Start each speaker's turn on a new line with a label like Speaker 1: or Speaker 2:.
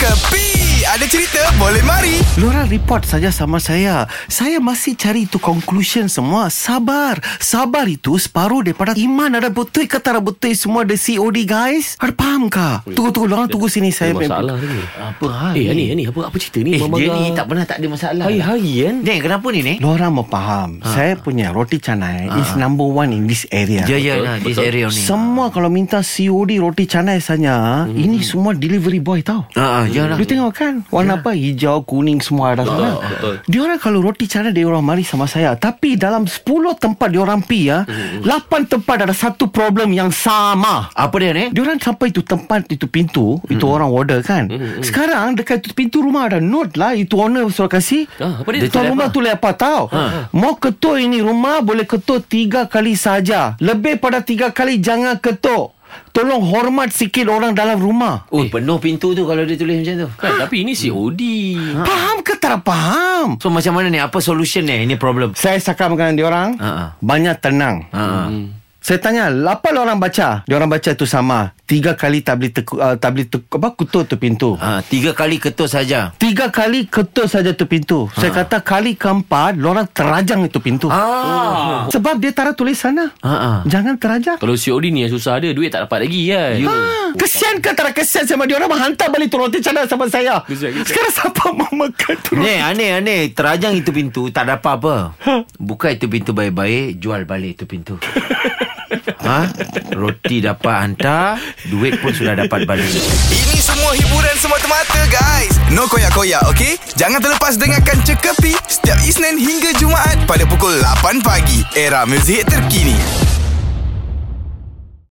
Speaker 1: Kepi Ada cerita boleh mari
Speaker 2: Lora report saja sama saya. Saya masih cari itu conclusion semua. Sabar. Sabar itu separuh daripada iman ada betul ke tak ada betul semua ada COD guys. Ada faham kah? Tunggu, tunggu. Lorang tunggu sini. Saya
Speaker 3: Masalah ni.
Speaker 4: Apa hal
Speaker 3: Eh, ni, ni apa apa cerita ni?
Speaker 4: Eh
Speaker 3: Mama
Speaker 4: dia
Speaker 3: Gah?
Speaker 4: ni tak pernah tak ada masalah
Speaker 3: Hari-hari kan?
Speaker 4: Neng kenapa ni Neng
Speaker 2: Lorang mau faham. Saya punya roti canai is number one in this area.
Speaker 4: Ya ya lah This area ni
Speaker 2: Semua kalau minta COD roti canai saja, ini semua delivery boy tau.
Speaker 4: Ah, ah, ya lah
Speaker 2: Dia tengok kan Warna apa Hijau, kuning semua ada sana Dia orang kalau roti canai Dia orang mari sama saya Tapi dalam 10 tempat Dia orang pi ya, 8 tempat ada satu problem yang sama
Speaker 4: Apa dia ni
Speaker 2: dia orang sampai itu tempat itu pintu hmm. itu orang order kan hmm, sekarang dekat itu pintu rumah ada note lah itu owner suruh kasih
Speaker 3: Ah, apa dia? Dia
Speaker 2: tuan
Speaker 3: tulis
Speaker 2: rumah
Speaker 3: apa?
Speaker 2: tu apa tau ha. mau ketuk ini rumah boleh ketuk tiga kali saja lebih pada tiga kali jangan ketuk tolong hormat sikit orang dalam rumah
Speaker 4: Oh penuh pintu tu Kalau dia tulis macam tu
Speaker 3: Kan, tapi ini COD.
Speaker 2: faham ke tak faham
Speaker 4: So macam mana ni Apa solution ni Ini problem
Speaker 2: Saya cakap dengan dia orang
Speaker 4: Ha, ha.
Speaker 2: Banyak tenang
Speaker 4: Ah, ah.
Speaker 2: Saya tanya Apa lah orang baca Dia orang baca tu sama Tiga kali tak boleh teku, uh, Tak boleh teku, apa, kutuk tu pintu
Speaker 4: Ah, Tiga kali ketuk saja
Speaker 2: Tiga kali ketuk saja tu pintu Saya kata kali keempat Orang terajang itu pintu
Speaker 4: Ha. Ah.
Speaker 2: Sebab dia taruh tulis sana
Speaker 4: Ah, ah.
Speaker 2: Jangan terajang
Speaker 3: Kalau COD ni yang susah ada, duit tak dapat lagi kan?
Speaker 2: Ah, kesian ke tak ada kesian sama dia orang menghantar balik tu roti canai sama saya. Sekarang siapa mau makan tu? roti?
Speaker 4: Ni aneh aneh Terajang itu pintu Tak ada apa-apa Buka itu pintu baik-baik Jual balik itu pintu Ha? Roti dapat hantar Duit pun sudah dapat balik
Speaker 1: Ini semua hiburan semata-mata guys No koyak-koyak ok Jangan terlepas dengarkan Cekapi Setiap Isnin hingga Jumaat Pada pukul 8 pagi Era muzik terkini